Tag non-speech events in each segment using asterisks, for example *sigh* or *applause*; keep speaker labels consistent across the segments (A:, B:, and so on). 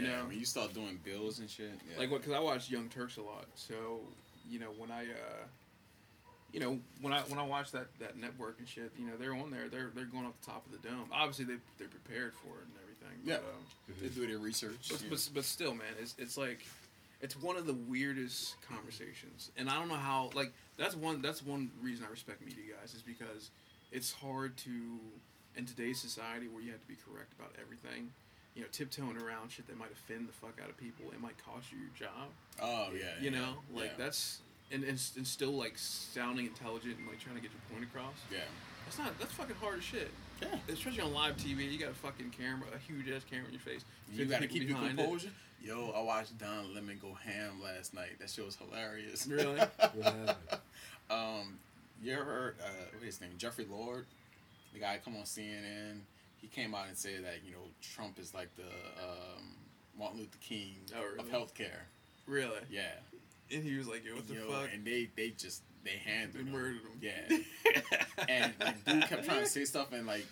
A: know?
B: when you start doing bills and shit. Yeah.
A: Like what? Because I watch Young Turks a lot, so you know when I, uh, you know when I when I watch that that network and shit, you know they're on there. They're they're going up the top of the dome. Obviously they they're prepared for it and everything.
B: Yeah.
A: But, um,
B: They do their research.
A: but,
B: yeah.
A: but, but still, man, it's it's like it's one of the weirdest conversations, and I don't know how. Like that's one that's one reason I respect media guys is because it's hard to in today's society where you have to be correct about everything. You know, tiptoeing around shit that might offend the fuck out of people. It might cost you your job.
B: oh yeah.
A: You know,
B: yeah,
A: like
B: yeah.
A: that's and, and and still like sounding intelligent and like trying to get your point across.
B: Yeah.
A: That's not that's fucking hard as shit.
B: Yeah.
A: Especially on live TV, you got a fucking camera, a huge ass camera in your face.
B: You
A: 50
B: gotta
A: people
B: keep your
A: behind
B: composure. Yo, I watched Don Lemon go ham last night. That shit was hilarious.
A: It.
B: *laughs*
A: Really?
C: What happened?
B: Um, you ever heard, uh, what is his name? Jeffrey Lord, the guy come on CNN. He came out and said that you know Trump is like the um, Martin Luther King
A: Oh, really?
B: of healthcare.
A: really?
B: Yeah.
A: And he was like, "Yo, what the
B: Yo,
A: fuck?"
B: And they they just they handled
A: They
B: him.
A: murdered him. *laughs*
B: Yeah. and like, dude kept trying to say stuff, and like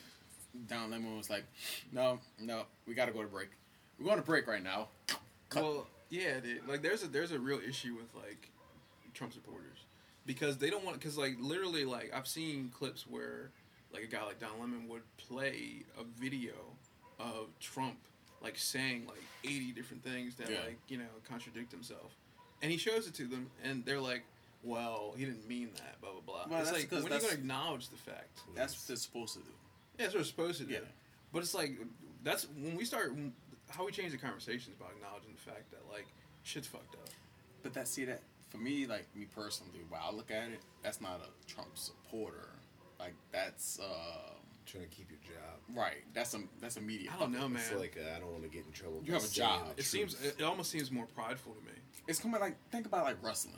B: Don Lemon was like, "No, no, we got to go to break. We're going to break right now." Cut.
A: Well, yeah, dude. Like, there's a there's a real issue with like Trump supporters because they don't want because like literally like I've seen clips where like a guy like Don Lemon would play a video of Trump like saying like 80 different things that
B: Yeah.
A: like you know contradict himself, and he shows it to them, and they're like. Well, he didn't mean that. Blah blah blah.
B: Well,
A: it's
B: that's
A: like
B: 'cause
A: when are you
B: that's-
A: gonna acknowledge the fact?
B: That's what they're supposed to do.
A: Yeah, that's what it's supposed to do.
B: Yeah.
A: But it's like that's when we start when- how we change the conversations by acknowledging the fact that like shit's fucked up.
B: But that see that for me, like me personally, when I look at it, that's not a Trump supporter. Like that's uh,
C: Trying to keep your job.
B: right. That's a that's a media.
A: I don't know,
B: fucker.
A: man.
C: It's like uh, I don't want to get in trouble.
B: You have
C: for
B: a job.
C: saying the
A: It seems it almost seems more prideful to me.
B: It's coming like think about like wrestling.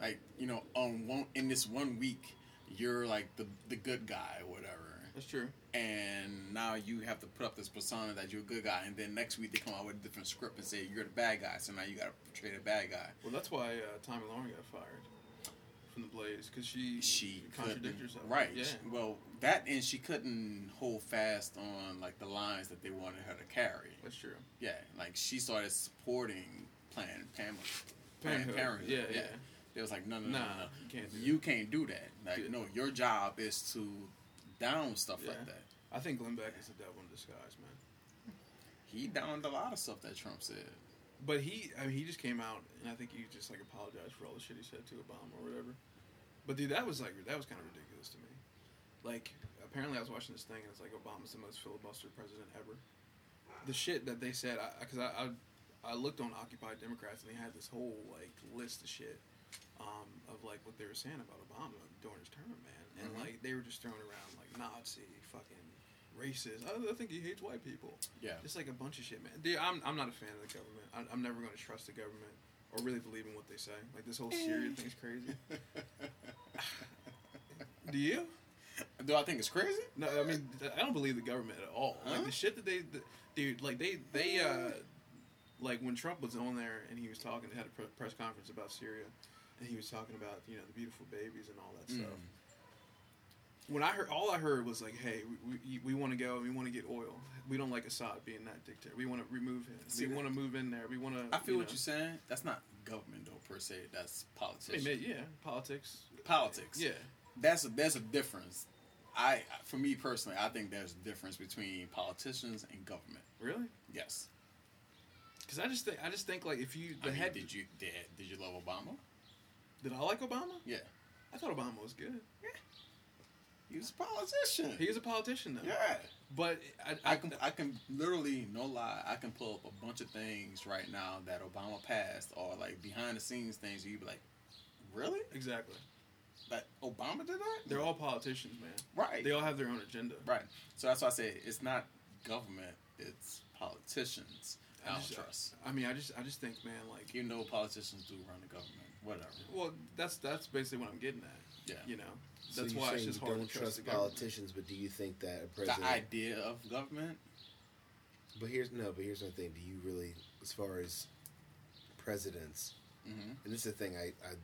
B: Like you know, on one in this one week, you're like the the good guy, or whatever.
A: That's true.
B: and now you have to put up this persona that you're a good guy, and then next week they come out with a different script and say you're the bad guy, so now you gotta portray the bad guy.
A: Well, that's why uh, Tommy Lauren got fired from the Blaze because she
B: She
A: contradicted
B: couldn't,
A: herself.
B: right?
A: Yeah.
B: she- well, that and she couldn't hold fast on like the lines that they wanted her to carry.
A: That's true.
B: Yeah, like she started supporting Planned Parenthood.
A: Parenthood. Yeah, yeah.
B: They was like, no, no, no,
A: Nah,
B: no, no.
A: you can't do
B: you can't do that. Like,
A: Yeah.
B: no, your job is to down stuff
A: Yeah.
B: like that.
A: I think Glenn Beck is the devil in disguise, man.
B: He downed a lot of stuff that Trump said.
A: But he, I mean, he just came out, and I think he just like apologized for all the shit he said to Obama or whatever. But dude, that was like that was kind of ridiculous to me. Like, apparently, I was watching this thing, and it's like Obama's the most filibuster president ever. The shit that they said, because I, I, I, looked on Occupy Democrats, and they had this whole like list of shit um, of like what they were saying about Obama during his term, man. And
B: Mhm.
A: like they were just throwing around like Nazi, fucking racist. I, I think he hates white people. *laughs*
B: Yeah.
A: Just like a bunch of shit, man. Dude, I'm, I'm not a fan of the government. I'm, I'm never going to trust the government or really believe in what they say. Like this whole Syria thing's crazy.
B: *laughs*
A: Do you?
B: Do I think it's crazy?
A: No, I mean th- I don't believe the government at all. Like
B: Huh?
A: the shit that they, the, dude, like they they uh, like when Trump was on there and he was talking, they had a pre- press conference about Syria, and he was talking about you know the beautiful babies and all that
B: Mm.
A: stuff. When I heard, all I heard was like, "Hey, we, we, we want to go. and We want to get oil. We don't like Assad being that dictator. We want to remove him.
B: See,
A: we want to move in there. We want to."
B: I feel what you're saying. That's not government though per se. That's politics.
A: yeah, politics.
B: Politics.
A: Yeah,
B: That's a that's a difference. I for me personally, I think there's a difference between politicians and government.
A: really?
B: Yes.
A: Because I just think I just think like if you the
B: I mean,
A: head
B: did you did, did you love Obama?
A: did I like Obama?
B: Yeah.
A: I thought Obama was good.
B: He was a politician.
A: He is a politician though.
B: yeah.
A: But I, I,
B: I can I can literally no lie I can pull up a bunch of things right now that Obama passed or like behind the scenes things you'd be like, really?
A: exactly.
B: Like Obama did that?
A: They're all politicians, man.
B: right.
A: They all have their own agenda.
B: Right. So that's why I say it's not government, it's politicians. I
A: I
B: don't
A: just,
B: trust.
A: I mean, I just, I just think, man, like,
B: You know, politicians do run the government. Whatever.
A: well, that's that's basically what I'm getting at.
B: Yeah.
A: You know,
C: So
A: that's
C: you're
A: why it's
C: saying
A: just
C: you
A: hard to
C: don't
A: trust, the government.
C: politicians, but do you think that a
B: The
C: president?
B: idea of government,
C: But here's no. But here's my thing. Do you really, as far as presidents,
B: mm-hmm.
C: and this is the thing I, I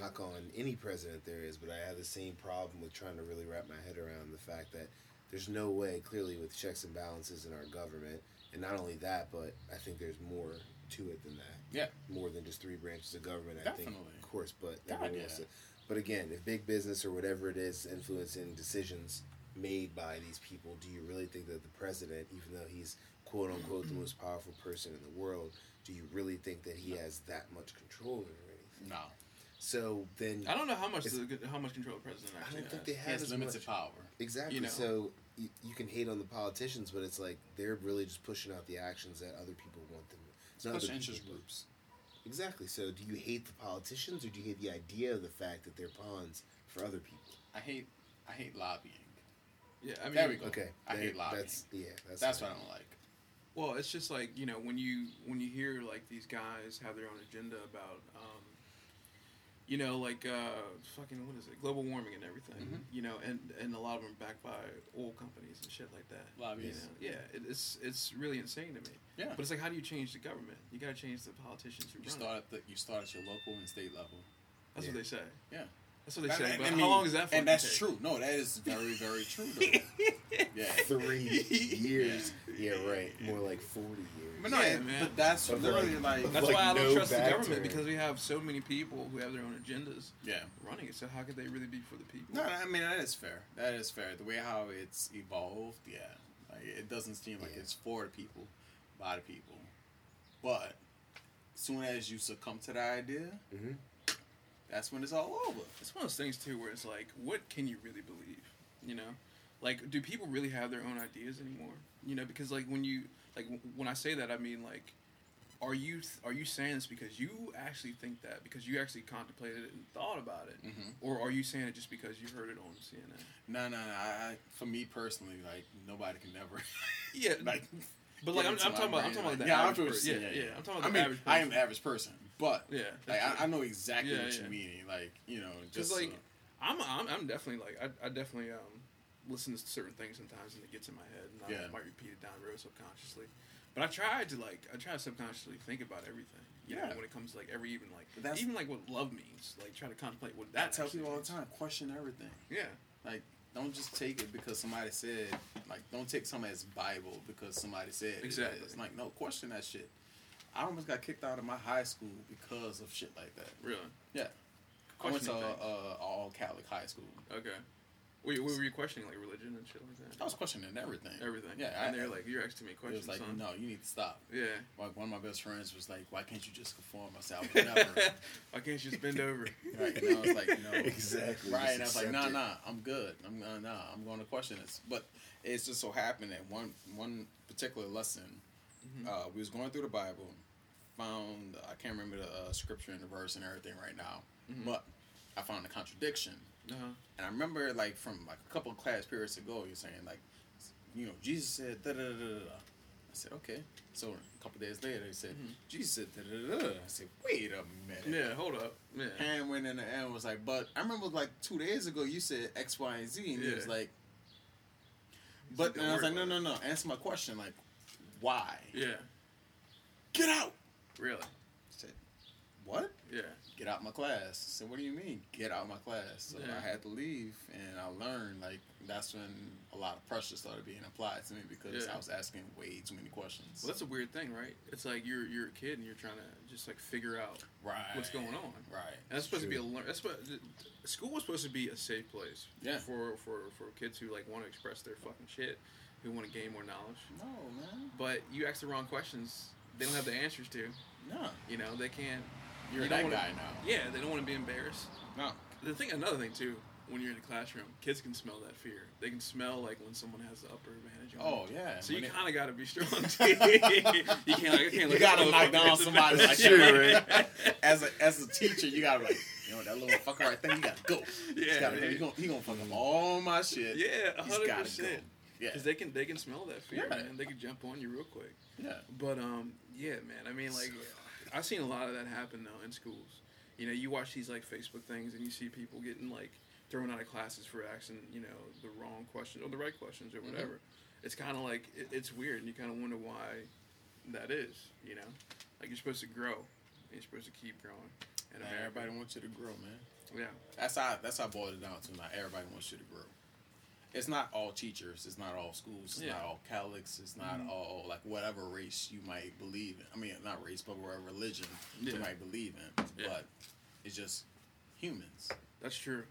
C: knock on any president there is, but I have the same problem with trying to really wrap my head around the fact that there's no way, clearly, with checks and balances in our government And not only that, but I think there's more to it than that.
B: Yeah.
C: More than just three branches of government. I think,
B: Definitely.
C: of course, but
B: God,
C: everyone
B: yeah.
C: wants to- But again, if big business or whatever it is influencing decisions made by these people, do you really think that the president, even though he's quote unquote the most powerful person in the world, do you really think that he has that much control over anything?
B: No,
C: So then
A: I don't know how much
C: It's-
A: the, how much control the president
C: I
A: actually
C: don't think
A: has.
C: they
B: he
C: have
B: has
C: as
B: limited
C: much.
B: power.
C: Exactly.
A: you know.
C: So you, you can hate on the politicians, but it's like they're really just pushing out the actions that other people want them. It's not
B: Push
C: other
B: interest
C: people, but-
B: groups.
C: Exactly. So do you hate the politicians, or do you hate the idea of the fact that they're pawns for other people?
B: I hate I hate lobbying.
A: yeah, I mean,
B: There we go.
C: Okay.
B: I hate lobbying.
C: That's yeah. That's,
B: That's what I don't like.
A: Well, it's just like you know when you when you hear like these guys have their own agenda about, um, you know, like uh, fucking what is it, global warming and everything,
B: Mhm.
A: you know, and and a lot of them backed by oil companies and shit like that. You know?
B: Lobbies.
A: Yeah, it, it's it's really insane to me.
B: Yeah.
A: But it's like, how do you change the government? You got to change the politicians who
B: You
A: run.
B: start
A: it.
B: at the, you start at your local and state level.
A: That's
C: Yeah.
A: what they say.
B: Yeah.
A: That's what they
B: And-
A: say.
B: and-
A: But
B: I
A: how
B: mean,
A: long is that? fucking
B: And that's
A: take?
B: true. No, that is very very true.
A: *laughs*
B: Though. *laughs* yeah.
C: Three years. yeah. Right. More like forty
B: But
C: years.
B: no,
A: Yeah,
B: it-
A: man.
B: but that's
C: But
B: literally
C: like-
B: like,
A: That's
C: Like,
A: why I don't
C: no
A: trust the
C: back
A: government
C: turn.
A: because we have so many people who have their own agendas
B: yeah.
A: running it. So how could they really be for the people?
B: No, I mean that is fair. That is fair. The way how it's evolved, yeah. Like it doesn't seem like
C: Yeah.
B: it's for the people, by the people. But soon as you succumb to the idea,
C: Mhm.
A: Mm-hmm.
B: that's when it's all over.
A: It's one of those things too where it's like, what can you really believe? You know, like do people really have their own ideas anymore? You know, because like when you like w- when I say that, I mean like, are you th- are you saying this because you actually think that because you actually contemplated it and thought about it,
B: Mm-hmm.
A: or are you saying it just because you heard it on CNN?
B: No, no, no. I, I, for me personally, like nobody can ever
A: Yeah,
B: *laughs* like.
A: but
B: get
A: like I'm, I'm
B: into my
A: talking about I'm
B: brain,
A: talking about that.
B: yeah, I'm
A: average
B: talking
A: person.
B: yeah,
A: yeah,
B: yeah,
A: I'm talking about
B: I
A: the
B: mean,
A: average.
B: I am
A: person.
B: an average person, but
A: Yeah,
B: like
A: that's
B: I, I
A: true.
B: know exactly
A: Yeah,
B: what
A: yeah.
B: you mean. Like you know,
A: Because
B: just
A: like,
B: uh,
A: I'm, I'm I'm definitely like I, I definitely um listen to certain things sometimes and it gets in my head and I
B: Yeah.
A: might repeat it down the road subconsciously. But I try to like I try to subconsciously think about everything. You know,
B: Yeah.
A: when it comes to like every even like
B: But that's-
A: even like what love means. Like try to contemplate what
B: I
A: that
B: tell
A: actually
B: people all the
A: means.
B: time, question everything.
A: Yeah.
B: Like, don't just take it because somebody said. Like, don't take something as Bible because somebody said. it.
A: Exactly.
B: It's like, no, question that shit. I almost got kicked out of my high school because of shit like that.
A: Really.
B: Yeah,
A: Questioning
B: I went
A: things.
B: to uh, all Catholic high school.
A: Okay. Wait, what were you questioning like religion and shit like that?
B: I was questioning everything.
A: everything.
B: Yeah, I-
A: And they're like, You're asking me
B: It
A: questions,
B: was like,
A: son.
B: no, you need to stop.
A: Yeah.
B: *laughs* Like one of my best friends was like, "Why can't you just conform?" I
A: *laughs*
B: said, "I would never."
A: Why can't you just bend over?
B: Right, and I was like,
A: *laughs*
B: no.
C: Exactly,
B: Right,
C: just
B: and I was like, nah,
C: accept it.
B: nah, I'm good. I'm uh, nah, I'm going to question this. But it's just so happened that one one particular lesson,
A: Mhm.
B: uh, we was going through the Bible, found I can't remember the uh, scripture and the verse and everything right now,
A: Mhm.
B: but I found a contradiction,
A: Uh-huh.
B: and I remember like from like a couple of class periods ago, you're saying like, you know, Jesus said da da da da. da. I said okay. So a couple days later, he said
A: Mhm.
B: Jesus said da da da. da. I said wait a minute.
A: Yeah, hold up. Yeah.
B: And went in the end was like, but I remember like two days ago you said X, Y, and Z, and he
A: Yeah.
B: was like,
A: He's
B: but
A: "Don't
B: and I was
A: worry
B: like, no,
A: about
B: no, no, answer my question, like, why?
A: it." Yeah.
B: Get out.
A: Really.
B: I said, what?
A: Yeah.
B: Get out my class. I said, what do you mean? Get out my class. So
A: Yeah.
B: I had to leave, and I learned like that's when a lot of pressure started being applied to me because
A: Yeah.
B: I was asking way too many questions.
A: Well, that's a weird thing, right? It's like you're you're a kid and you're trying to just like figure out.
B: right.
A: what's going on?
B: Right.
A: And that's supposed to be
C: True.
A: a learn. That's what th- school was supposed to be a safe place.
B: Yeah.
A: For for for kids who like want to express their fucking shit, who want to gain more knowledge.
B: No, man.
A: But you ask the wrong questions, they don't have the answers to.
B: No.
A: You know, they can't.
B: You're
A: you don't
B: that
A: wanna-
B: guy now.
A: Yeah, they don't want to be embarrassed.
B: No.
A: The thing, another thing too, when you're in the classroom, kids can smell that fear. They can smell like when someone has the upper advantage. on
B: Oh
A: them.
B: yeah.
A: So you
B: When it-
A: kind of got to be strong. too. *laughs* you can't. Like, I can't
B: You
A: let
B: gotta
A: this
B: knock
A: motherfucker
B: down
A: get the
B: somebody
A: best.
B: like
A: Yeah,
B: that,
A: right.
B: as a as a teacher, you gotta be like, you know that
A: *laughs*
B: little fucker right there, you gotta go.
A: Yeah,
B: Yeah, gotta go.
A: dude.
B: He, gonna, he gonna fuck up all my shit.
A: Yeah,
B: He's gotta
A: hundred
B: go.
A: percent.
B: Yeah,
A: Because they can they can smell that fear,
B: Yeah.
A: man. They can jump on you real quick.
B: yeah.
A: But um, yeah, man. I mean, like, I've seen a lot of that happen though in schools. You know, you watch these like Facebook things, and you see people getting like thrown out of classes for asking, you know, the wrong questions or the right questions or
B: Mhm.
A: whatever. It's kind of like it, it's weird, and you kind of wonder why that is. You know, like you're supposed to grow, and you're supposed to keep growing. And
B: Now
A: America-
B: everybody wants you to grow, man.
A: yeah,
B: That's how that's how I boiled it down to. Now everybody wants you to grow. it's not all teachers, it's not all schools, it's
A: Yeah.
B: not all Catholics, it's not
A: Mhm.
B: all like whatever race you might believe in. I mean, not race, but whatever religion
A: Yeah.
B: you might believe in.
A: Yeah.
B: But it's just humans.
A: That's true.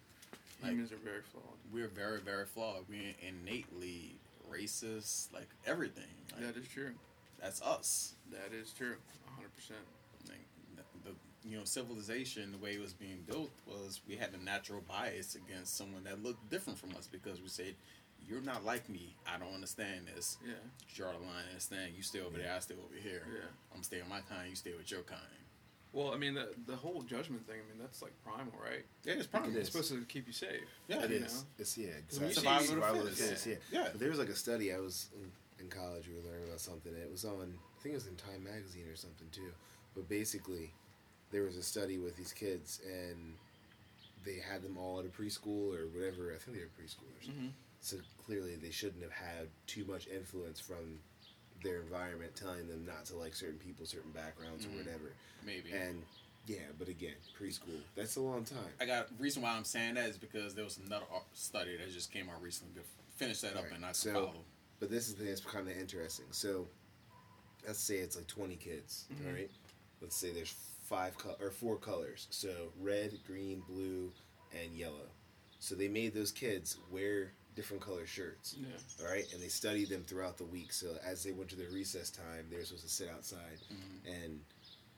B: Like-
A: Humans are very flawed.
B: We're very, very flawed. We're innately racist, like everything. Like,
A: That is true.
B: That's us.
A: That is true. 100. percent
B: Like the, the you know civilization, the way it was being built was we had a natural bias against someone that looked different from us because we said, "You're not like me. I don't understand this."
A: Yeah.
B: draw the line and stand. You stay over there, I stay over here.
A: Yeah.
B: I'm staying my kind, you stay with your kind.
A: Well, I mean, the the whole judgment thing. I mean, that's like primal, right?
B: Yeah, it's probably
C: It
A: It's
C: is.
A: supposed to keep you safe.
B: Yeah,
C: It
A: you
C: is.
A: know?
C: It's yeah.
A: we
C: Exactly.
A: see-
C: Survival,
B: Survival
C: of
B: of
C: the
B: the
C: fittest. Yeah.
A: fittest,
B: yeah.
C: But there was like a study I was in- in college. We were learning about something. It was on. I think it was in Time magazine or something too. But basically, there was a study with these kids, and they had them all at a preschool or whatever. I think they were preschoolers.
A: Mhm.
C: So clearly, they shouldn't have had too much influence from their environment telling them not to like certain people, certain backgrounds,
B: Mhm.
C: or whatever.
B: maybe.
C: And yeah, but again, preschool. That's a long time.
B: I got reason why I'm saying that is because there was another ar- study that just came out recently. Good- Finish that up
C: Right.
B: and I can
C: So-
B: follow.
C: But this is the thing that's kind of interesting. So, let's say it's like 20 kids, all
A: Mhm.
C: right? Let's say there's five col- or four colors. So, red, green, blue, and yellow. So, they made those kids wear different color shirts,
A: Yeah.
C: all right? And they studied them throughout the week. So, as they went to their recess time, they were supposed to sit outside
B: Mhm.
C: and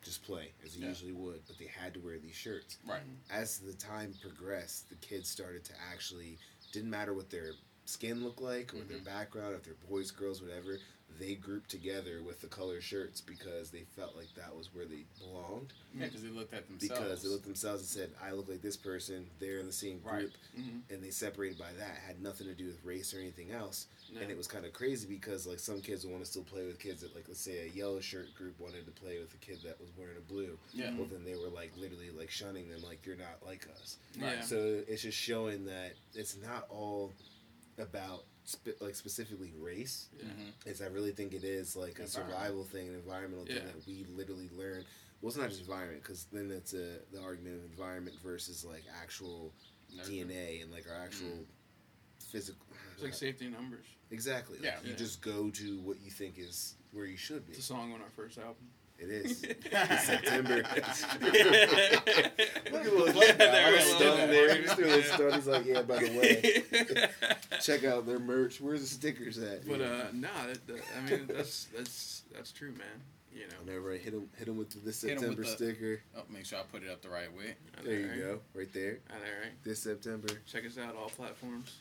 C: just play as they
B: Yeah.
C: usually would, but they had to wear these shirts
B: Right.
C: as the time progressed, the kids started to actually didn't matter what their skin looked like or their
B: Mhm.
C: background, if they're boys, girls, whatever, they grouped together with the color shirts because they felt like that was where they belonged.
B: Yeah, because they looked at themselves.
C: Mm. Because they looked themselves and said, I look like this person, they're in the same group
B: Right.
A: Mhm.
C: and they separated by that, had nothing to do with race or anything else.
A: No.
C: And it was kinda crazy because like some kids would want to still play with kids that like let's say a yellow shirt group wanted to play with a kid that was wearing a blue.
B: Yeah.
C: Well then they were like literally like shunning them like you're not like us.
A: Yeah.
C: So it's just showing that it's not all about spe- like specifically race.
A: yeah.
B: Mhm.
C: It's I really think it is like a
B: Environment.
C: survival thing, an environmental
A: Yeah.
C: thing that we literally learn. Well, it's not just environment because then it's a the argument of environment versus like actual
B: Nurture.
C: DNA and like our actual physical.
A: Mm. It's like safety in numbers.
C: exactly.
B: Yeah.
C: Like you
A: Yeah.
C: just go to what you think is where you should be.
A: It's a song on our first
C: *laughs*
A: album. *laughs*
C: It is. It's September.
B: *laughs*
C: *laughs* Look at little
B: There
C: Jim guy.
B: we
C: Like,
B: go.
C: stunned there. He's doing his
A: Yeah.
C: stuff. He's like, yeah, by
A: *laughs*
C: the way,
B: *laughs*
C: check out their merch. Where's the stickers at?
A: But uh, nah, that, that, I mean that's that's that's true, man. You know,
C: whenever I hit him, hit him with this
B: Hit 'em
C: September
B: with the-
C: sticker.
B: Oh, make sure I put it up the right way.
A: Alright,
C: There you
A: alright.
C: go, right there.
A: Alright, alright.
C: This September,
B: *laughs*
A: Check us out all platforms.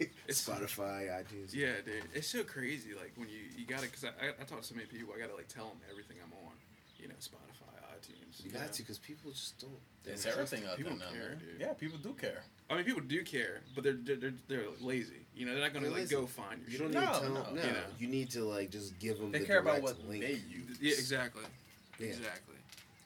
A: It's-
C: Spotify, iTunes.
A: Yeah, dude, it's so crazy. Like when you you gotta, cause I, I, I talk to so many people, I gotta like tell them everything I'm on. You know, Spotify, iTunes.
C: you got
A: know.
C: to because people just don't. they
B: It's
C: don't trust
B: everything up there
A: people
B: now.
A: care,
B: man.
A: dude.
B: Yeah, people do care.
A: I mean, people do care, but they're they're they're, they're lazy. You know, they're not gonna
C: They're
A: like
C: lazy.
A: go find your.
C: You don't
A: shit.
C: need to
B: No,
C: tell
B: no,
C: them. No,
A: you know.
C: you need to like just give them.
B: They
C: the
B: care about
C: direct
B: what
C: link.
B: they use.
A: Yeah, exactly.
C: Yeah.
A: Exactly.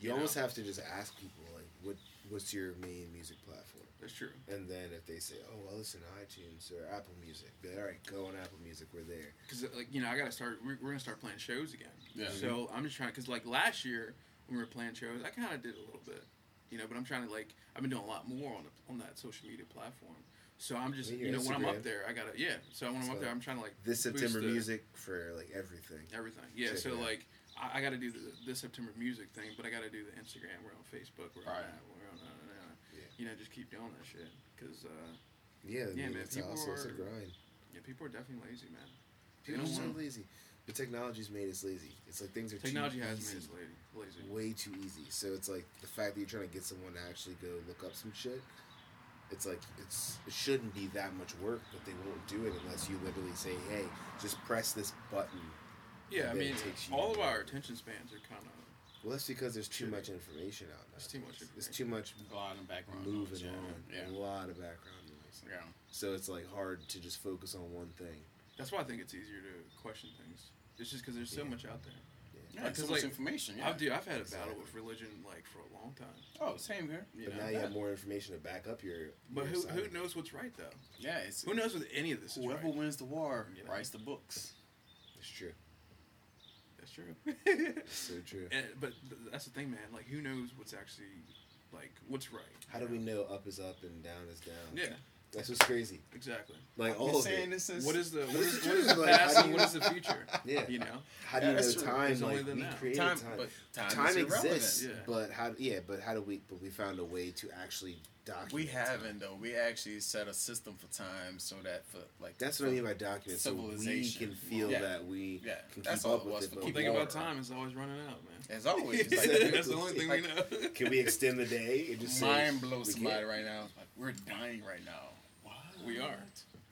C: You
A: you
C: almost
A: know.
C: have to just ask people like, what what's your main music platform?
A: That's true.
C: And then if they say, oh, I listen to iTunes or Apple Music, be like, all right, go on Apple Music. We're there.
A: Cause uh, like you know, I gotta start. We're, we're gonna start playing shows again.
B: Yeah.
A: So I'm just trying. Cause like last year when we were playing shows, I kind of did a little bit. You know, but I'm trying to like I've been doing a lot more on the, on that social media platform. So I'm just
C: And
A: you
C: your
A: know when I'm up
C: Instagram.
A: there, I gotta yeah. So when I'm
C: So
A: up there, I'm trying to like
C: This
A: boost
C: September
A: the-
C: music for like everything.
A: everything. Yeah.
C: Check
A: so
C: it out.
A: like I, I gotta do the, the September music thing, but I gotta do the Instagram. We're on Facebook. We're on
B: Right.
A: that. We're on. Uh, uh,
C: Yeah.
A: You know, just keep doing that shit. Cause uh, Yeah,
C: Yeah, I mean,
A: man,
C: it's
A: people
C: awesome. It's a
A: are-
C: grind.
A: yeah, people are definitely lazy, man. They
C: People
A: don't
C: just are
A: wanna-
C: lazy. The technology's made us lazy. It's like things are
A: Technology
C: too
A: has
C: easy,
A: made us la- lazy.
C: way too easy. So it's like the fact that you're trying to get someone to actually go look up some shit. It's like it's it shouldn't be that much work, but they won't do it unless you literally say, "Hey, just press this button."
A: Yeah, I
C: And then
A: mean,
C: it takes you-
A: all of our attention spans are kind of
C: Well, that's because there's too
A: Shitty.
C: much information out now.
A: There's too much
C: There's too much
B: A lot of background.
C: moving
B: noise, yeah.
C: on. A
B: Yeah.
C: lot of background noise.
B: Yeah.
C: So it's like hard to just focus on one thing.
A: that's why I think it's easier to question things. It's just because there's so
C: Yeah.
A: much out there.
B: Yeah,
A: Like,
B: so
A: 'cause,
B: much
A: like,
B: information. Yeah.
A: I've, dude, I've had a
C: Exactly.
A: battle with religion like for a long time.
B: Oh, same here.
A: You
C: But
A: know?
C: now you have
B: Yeah.
C: more information to back up your.
A: But
C: your
A: who,
C: side.
A: who knows what's right though?
B: Yeah, it's
A: Who knows what any of this is
B: whoever
A: right?
B: wins the war
A: You know?
B: writes the books.
C: It's true.
A: That's true.
C: *laughs*
A: *laughs*
C: It's so true.
A: and, Eh, but th- that's the thing, man. Like, who knows what's actually like what's right?
C: How do
A: you
C: we
A: know?
C: know up is up and down is down?
A: Yeah,
C: That's what's crazy.
A: Exactly.
C: Like
B: You're
C: all of
B: saying
C: it.
B: this is
A: What is the what
C: This
A: is,
C: is
A: what is the
C: true, like,
A: past
C: how do
A: and
C: you-
A: what is the future?
C: *laughs* Yeah.
A: You know.
C: How do
B: Yeah,
C: you know
B: that's true.
C: time?
A: It's only
C: Like
A: the
C: we
A: now.
C: created
B: time,
C: time.
B: but time,
C: Time
B: is irrelevant.
C: exists,
A: yeah.
C: but how? Yeah, but how do we? But we found a way to actually document.
B: We
C: time.
B: haven't though. We actually set a system for time so that for like
C: That's what I mean by document. So we
B: Civilization.
C: can feel
B: Yeah.
C: that we
B: Yeah,
C: can
B: that's
C: keep
B: all
C: up
B: it
C: with
B: was
C: it.
B: for
C: but
A: Well,
B: Keep
C: we
A: think
C: *laughs*
A: about
B: Laura.
A: time. It's always running out, man.
B: As always,
C: Exactly.
B: like,
A: That's the only thing we know. *laughs*
C: Can we extend the day? It just
B: mind
C: blow
B: blow somebody right now. It's Like we're dying right now. We are.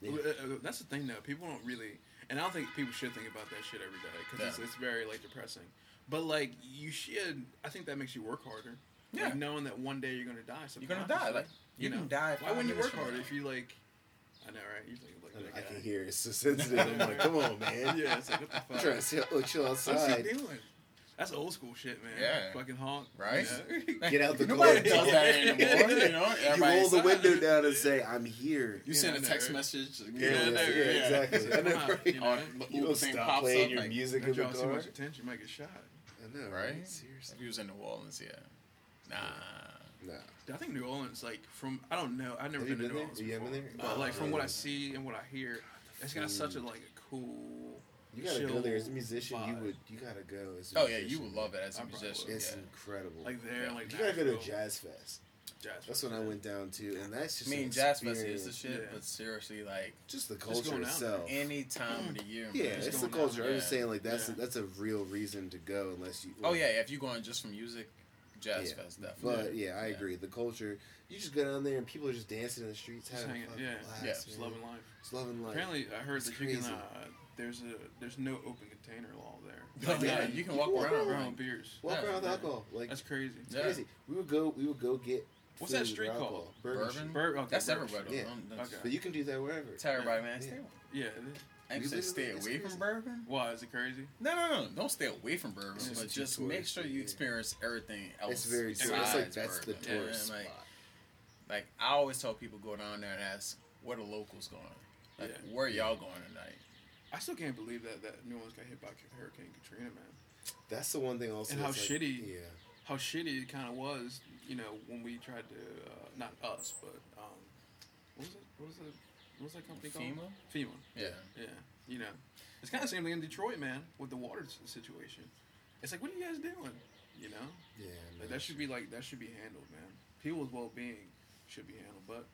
C: Yeah.
A: Well, uh, uh, That's the thing, though. People don't really, and I don't think people should think about that shit every day because it's,
B: Yeah.
A: it's very like depressing. But like, you should. I think that makes you work harder.
B: Yeah.
A: Like, knowing that one day you're gonna die.
B: You're gonna die. Like you,
A: know.
B: can die.
A: Why wouldn't you work harder
B: harder?
A: if you like? I know, right? You think like that
C: I
A: guy.
C: can hear it. it's so sensitive. I'm like, come on, man.
A: *laughs* Yeah. It's like what the fuck.
C: I'm trying to sit- oh, chill
A: What's he
C: outside.
A: doing? That's old school shit, man.
B: Yeah.
A: Fucking honk.
B: Right?
A: you know?
C: Get out the
B: Nobody
C: car.
B: does that
C: *laughs*
B: anymore. *laughs* You know.
C: You roll
B: Everybody's
C: the
B: out.
C: window down and say, "I'm here."
B: You
A: Yeah,
B: send a
A: I know,
B: text
A: right?
B: message.
C: Yeah, yeah,
A: no,
C: yeah,
A: yeah.
C: exactly. I know,
A: Wow,
C: right?
A: you know?
B: On
C: *laughs* You
B: Uber
C: don't
B: thing
C: stop
B: pops
C: playing
B: up,
C: your
B: like,
C: music
A: *laughs*
C: in
A: That
C: the
A: draws too
C: car.
A: much attention. You might get shot.
C: I know,
B: Right?
C: Seriously.
B: If he was in New Orleans, yeah. Nah.
C: Nah.
A: Dude, I think New Orleans, like from I don't know, I've never
C: Have you
A: been, to
C: been
A: New
C: there?
A: Orleans.
C: You haven't
A: before.
C: been there?
A: But like from what I
C: Oh.
A: see and what I hear, it's got such a like a cool.
C: You gotta go
A: chill
C: there as a musician. You
A: vibe.
C: would. You gotta go as. A
B: Oh yeah, you
C: musician,
B: would
C: man.
B: love it as a
A: I probably
B: musician.
A: would.
C: It's
B: yeah.
C: incredible.
A: like there, like
C: you gotta go to
A: Nashville,
C: Jazz Fest.
A: jazz.
C: That's when I went down to, and that's
B: I
C: just.
B: mean,
C: an
B: jazz fest is the
C: experience.
B: shit,
A: Yeah.
B: but seriously, like
C: Just the
A: Just
C: culture
A: going out
C: itself.
B: any time of the year.
C: Yeah,
B: man.
A: Just
C: it's the
A: going out,
C: culture. I'm just
B: yeah.
C: saying, like that's
A: Yeah.
C: that's a real reason to go, unless you.
B: Oh yeah, if you're going just for music, jazz
C: Yeah.
B: fest definitely.
C: But yeah, I agree. The culture, you just go down there and people are just dancing in the streets,
A: Just
C: having
A: hanging-
C: fucking
A: yeah.
C: blast,
B: Yeah,
A: Just
C: man.
A: loving life.
C: It's loving life.
A: Apparently, I heard
C: It's
A: that you can.
C: crazy.
A: Uh, there's a there's no open container law
C: *laughs*
A: *laughs* there.
B: But *laughs* yeah, you can walk
C: Whoa.
B: around.
A: Your own
B: Right?
A: beers.
C: walk
B: yeah,
C: around with
A: yeah.
C: alcohol, like
A: That's crazy.
C: it's
B: Yeah.
C: crazy. We would go. We would go get.
A: What's that
C: food
A: street
C: or
A: called?
C: alcohol. Bourbon.
B: Bourbon?
C: Street.
A: Bur- okay,
B: That's
A: Bur-
B: everywhere. though.
C: Yeah.
B: Don't- don't-
A: Okay.
C: But you can do that wherever.
B: Tell everybody, man,
C: Yeah.
B: stay. away.
A: Yeah. it is.
B: I ain't
C: You
B: say
C: live in-
B: stay
C: it's
B: away
C: crazy.
B: from bourbon.
A: Why is it crazy?
B: No, no, no, don't stay away from bourbon,
A: It's
B: but
C: just
B: just
C: too
B: make sure you
C: touristy, yeah.
B: experience everything else.
C: It's very. It's like
B: besides
C: that's the
B: bourbon. Yeah,
C: tourist
B: like,
C: spot.
B: like I always tell people go down there and ask where the locals going. Like
A: Yeah.
B: where y'all going tonight?
A: I still can't believe that that New Orleans got hit by Hurricane Katrina, man.
C: That's the one thing also.
A: And how
C: that's like-
A: shitty-
C: Yeah.
A: how shitty it kind of was, you know, when we tried to, uh, not us, but, um, what was it? What was, it? what was that company called?
B: FEMA?
A: FEMA.
B: Yeah.
A: Yeah. You know, it's kind of the same thing in Detroit, man, with the water s- situation. It's like, what are you guys doing? You know,
C: Yeah.
A: like,
C: no.
A: that should be like that should be handled, man. People's well being should be handled, but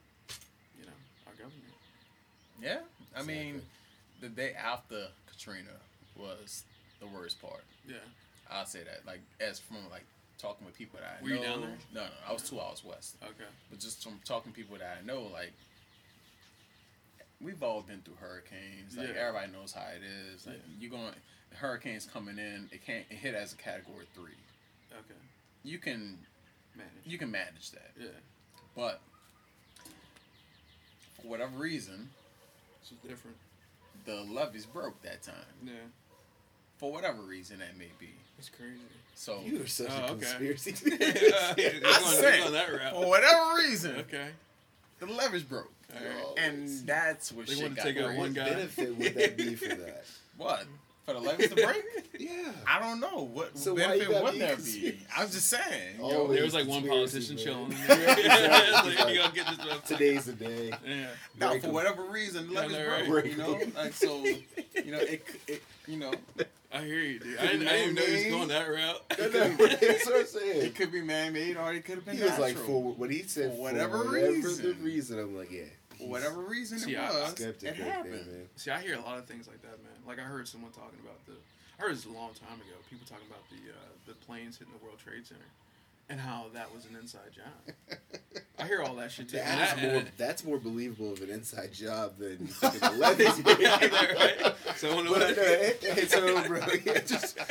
A: you know, our government.
B: Yeah. I mean,
C: Exactly.
B: the day after Katrina was the worst part.
A: Yeah.
B: I'll say that. Like as from like talking with people that I
A: Were
B: know.
A: you down there?
B: No, no, I was two hours west.
A: Okay.
B: But just from talking to people that I know, like we've all been through hurricanes. Like
A: Yeah.
B: everybody knows how it is. Like
A: Yeah.
B: you're going hurricanes coming in, it can't it hit as a category three.
A: Okay.
B: You can
A: Manage.
B: you can manage that.
A: Yeah.
B: But for whatever reason,
A: This is different.
B: the levees broke that time.
A: Yeah.
B: For whatever reason that may be.
A: It's *laughs* crazy.
B: So
C: *laughs* You are such
A: Oh,
C: a
A: okay.
C: conspiracy
A: Yeah,
C: *laughs* theorist.
A: it's
B: I
A: going- it's
B: said-
A: going that route.
B: for whatever reason,
A: Okay.
B: the levees broke.
A: All right.
B: And that's what
A: They
B: shit
A: wanna
B: got
A: take out
B: crazy.
A: one
C: What
A: guy.
C: *laughs* benefit would that be for that?
B: What? For the levees to
A: *laughs*
B: break?
C: Yeah.
B: I don't know. What
C: So why
B: benefit
C: you gotta
B: would
C: be
B: there be?
C: conspiracy?
B: I'm just saying. you
C: Oh,
B: know.
A: There was like one
C: Conspiracy
A: politician
C: theory.
A: chilling.
C: Exactly.
A: Like, you gonna get this one.
C: Today's the day.
A: *laughs* Yeah.
B: No,
C: break
B: for
C: 'em.
B: whatever reason, the
A: Yeah,
B: levees
A: they're
B: broke.
C: right.
B: You know, like so. You know, it, it you know,
A: I hear you, dude. I didn't, I didn't even know he was going that route.
C: *laughs* I know, *laughs* That's what I'm saying.
B: it could be man-made or it could have been
C: He was like,
B: natural.
C: for what he said,
B: For
C: for
B: whatever
C: whatever, the
B: reason.
C: reason, I'm like, yeah.
B: For whatever reason
A: See,
B: it
A: I-
B: was,
C: Skeptic
B: it
C: right there,
B: happened.
C: man.
A: See, I hear a lot of things like that, man. Like I heard someone talking about the, I heard this a long time ago. People talking about the uh, the planes hitting the World Trade Center, and how that was an inside job. I hear all that shit too. And
C: That
A: I-
C: is more, *laughs*
A: and-
C: that's more believable of an inside job
A: *laughs*
C: than fucking the levees breaking.
A: Yeah, I know, right? Someone
C: *laughs* But I know,
A: over
C: it- it's over, bro. *laughs* Yeah, just
A: *laughs*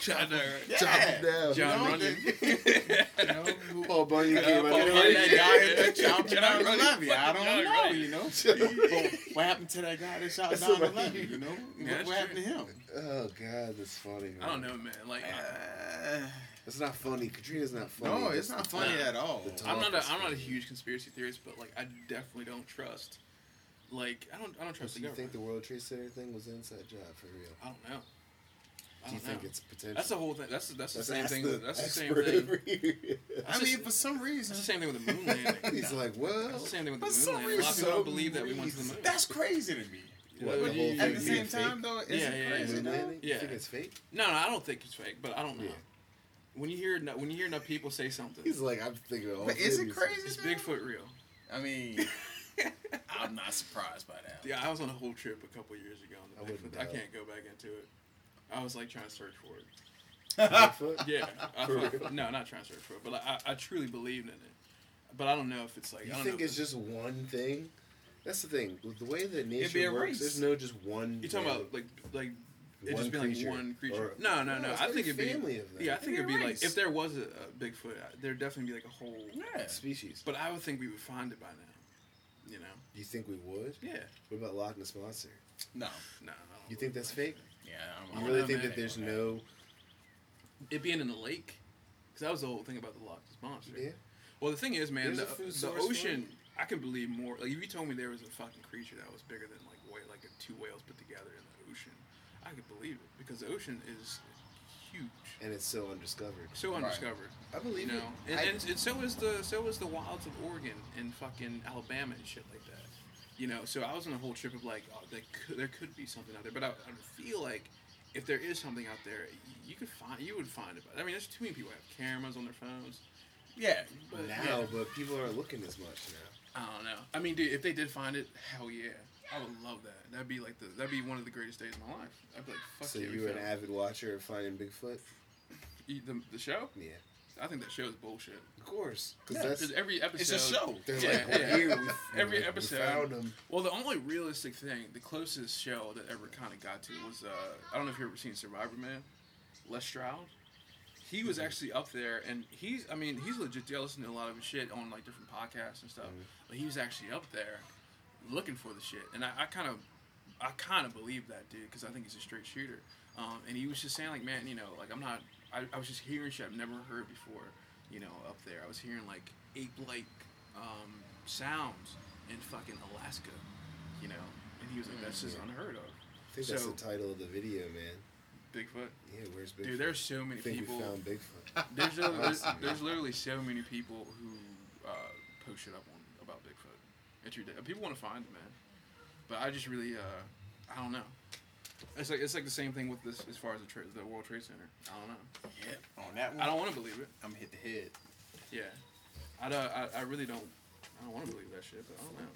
A: John, right?
C: chop
B: Yeah.
C: it down.
A: John
B: know,
A: Runyon. Uh,
B: You
C: *laughs*
B: know, who-
C: Paul Bunyan
B: Yeah,
C: came
B: but
C: out
A: Paul
C: of
A: Bunyan,
B: that
C: nowhere.
B: guy
C: *laughs*
B: that chopped
A: Can I
B: down the
A: run it?
B: levy. I don't
A: Can I
B: know,
A: run it?
B: you know.
C: Sure.
B: But what happened to that guy that shot
C: That's
B: down the
C: somebody-
B: levy? You know,
A: Yeah,
B: what,
A: that's
B: what happened to
A: true.
B: him?
C: Oh god, that's funny. Man.
A: *laughs* I don't know, man. Like.
B: Uh,
C: It's not funny. Katrina's not funny.
B: no, it's not
C: That's-
B: funny at all.
C: The time-
A: I'm not a,
C: Office
A: I'm not a
C: thing.
A: huge conspiracy theorist, but like I definitely don't trust. Like I don't I don't trust
C: Do
A: the
C: you
A: government.
C: think the World Trade Center thing was an inside job for real?
A: I don't know.
B: I
C: Do you
B: don't
C: think
B: know.
C: it's potential?
A: That's the whole thing. That's that's the same
C: ask
A: thing.
C: the
A: with- That's the same
C: expert
A: thing.
C: over here.
B: I
A: It's
B: mean,
A: just-
B: for some
A: That's
B: reason,
A: the same thing with the moon landing.
C: *laughs* He's like, well,
A: That's the same thing with
B: For
A: the
B: some
A: moon landing. A lot of people
C: reason-
A: don't believe that we went to the moon.
B: that's crazy to me.
A: What, the whole
B: At
A: You
B: the
A: think
B: same
A: it's
B: time, though, it's
A: Yeah, yeah,
B: crazy.
A: yeah.
C: moon
B: though.
C: landing? You
A: Yeah.
C: think it's fake?
A: No, no, I don't think it's fake, but I don't know.
C: Yeah.
A: When you hear eno- when you hear enough people say something,
C: He's like, I'm thinking. All
B: But is it
C: theories.
B: crazy?
A: it's
B: though?
A: Bigfoot real.
B: I *laughs* mean, I'm not surprised by that.
A: Yeah, I was on a whole trip a couple years ago on
C: I
A: the
C: wouldn't
A: Bigfoot. I
C: doubt.
A: can't go back into it. I was like trying to search for it. *laughs*
C: Bigfoot?
A: Yeah, I
C: *laughs* For
A: thought-
C: real?
A: no, not trying to search for it, but like, I, I truly believed in it. But I don't know if it's like
C: You
A: I don't
C: think
A: know. if
C: it's just one thing? That's the thing. With the way that
B: be
C: nature
B: a
C: works,
B: race.
C: there's no just one.
A: you talking
C: man-
A: about like like it
C: One
A: just being like
C: creature,
A: one creature.
C: or-
A: no, no, no.
C: No, it's
A: I
C: gotta
A: think
C: be
A: it'd be
C: family of them.
A: yeah. I think
B: It'd
A: it'd
B: be a
A: be like
B: race.
A: if there was a, a Bigfoot, uh, there'd definitely be like a whole.
B: Yeah.
C: species.
A: But I would think we would find it by now. You know?
C: Do you think we would?
A: Yeah.
C: What about Loch Ness monster?
B: No.
A: No. I don't
C: You think
A: know.
C: that's fake?
B: Yeah.
A: I
B: I'm,
C: You
A: don't
C: really
A: know,
C: think
A: man.
C: that there's no?
A: It being in the lake, because that was the whole thing about the Loch Ness monster.
C: Yeah.
A: Well, the thing is, man,
C: There's
A: the,
C: a food
A: the
C: source for
A: ocean. I can believe more. Like, if you told me there was a fucking creature that was bigger than like whale, like two whales put together in the ocean, I could believe it because the ocean is huge,
C: And it's still undiscovered.
A: so
B: Right.
A: undiscovered.
C: I
A: You
C: believe
A: know,
C: it.
A: and,
C: I-
A: and, and so is the so is the wilds of Oregon and fucking Alabama and shit like that. You know, so I was on a whole trip of like, oh, there could, there could be something out there, but I, I feel like if there is something out there, you could find you would find it. I mean, there's too many people who have cameras on their phones.
B: yeah.
A: But
C: now,
A: yeah.
C: but people aren't looking as much now.
A: I don't know. I mean, dude, if they did find it, hell yeah, I would love that. That'd be like the that'd be one of the greatest days of my life. I'd be like, fuck
C: so
A: yeah, we
C: you were an
A: found
C: avid watcher of Finding Bigfoot?
A: it. the the show.
C: Yeah,
A: I think that show is bullshit.
C: of course. Because
B: Yeah,
C: that's
A: Because every episode,
B: It's a show.
C: they're
A: yeah,
C: like
A: yeah.
C: here. We,
A: Every
C: we
A: episode.
C: found them.
A: Well, the only realistic thing, the closest show that ever kind of got to was uh, I don't know if you've ever seen Survivor Man, Les Stroud. He was
C: Mm-hmm.
A: actually up there, and he's I mean he's legit. I listen to a lot of his shit on like different podcasts and stuff,
C: Mm-hmm.
A: but he was actually up there looking for the shit, and I kind of I kind of believe that dude because I think he's a straight shooter. Um, and he was just saying like, man, you know, like I'm not. I, I was just hearing shit I've never heard before. You know, up there, I was hearing like ape-like um, sounds in fucking Alaska. You know, and he was like, that's just unheard of.
C: I think that's
A: so
C: the title of the video, man.
A: Bigfoot,
C: Yeah, where's Bigfoot?
A: dude, there's so many
C: I think
A: people.
C: we
A: *laughs*
C: found Bigfoot.
A: There's, li- there's,
C: Awesome.
A: there's literally so many people who uh, post shit up on about Bigfoot. It's ridiculous. People want to find it, man. But I just really, uh, I don't know. It's like it's like the same thing with this as far as the tra- the World Trade Center. I don't know.
B: Yeah. On that one,
A: I don't want to believe it.
B: I'm hit the head.
A: Yeah, I don't. I, I really don't. I don't want to believe that shit. But I don't know.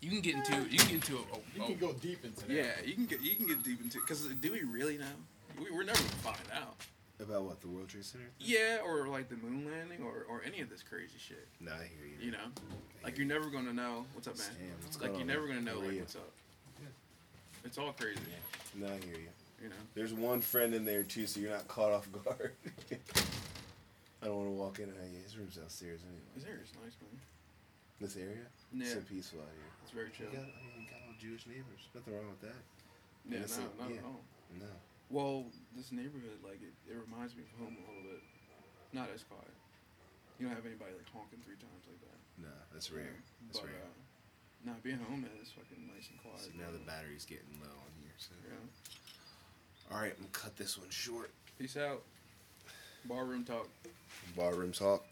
A: You can get into you can get into a, a- a-
B: go deep into
A: yeah you can get you can get deep into because do we really know? We, we're never gonna find out.
C: About what? The World Trade Center?
A: Yeah, or like the moon landing, or, or any of this crazy shit.
C: Nah, I hear you.
A: You know, like you're never gonna know what's up, man.
C: Damn, what's
A: like
C: going
A: you're never
C: on,
A: gonna
C: man?
A: know
C: How are
A: like
C: you?
A: what's up. It's all crazy.
C: No, I hear you.
A: You know.
C: There's one friend in there too, so you're not caught off guard. *laughs* I don't want to walk in. and yeah, his room's downstairs
A: This
C: anyway.
A: area's nice, man.
C: This area,
A: Yeah,
C: so peaceful out here.
A: it's very chill.
C: You got, I mean, you got all Jewish neighbors. Nothing wrong with that.
A: Yeah,
C: That's
A: no,
C: it,
A: not
C: yeah.
A: at all.
C: No.
A: Well, this neighborhood, like it, it reminds me of home a little bit. Not as quiet. You don't have anybody like honking three times like that.
C: No, that's rare. That's
A: but
C: rare.
A: uh, now being home man, it's fucking nice and quiet.
C: so now the battery's getting low on here. So.
A: yeah.
C: All right, I'm gonna cut this one short.
A: Peace out. Barroom talk.
C: Barroom talk.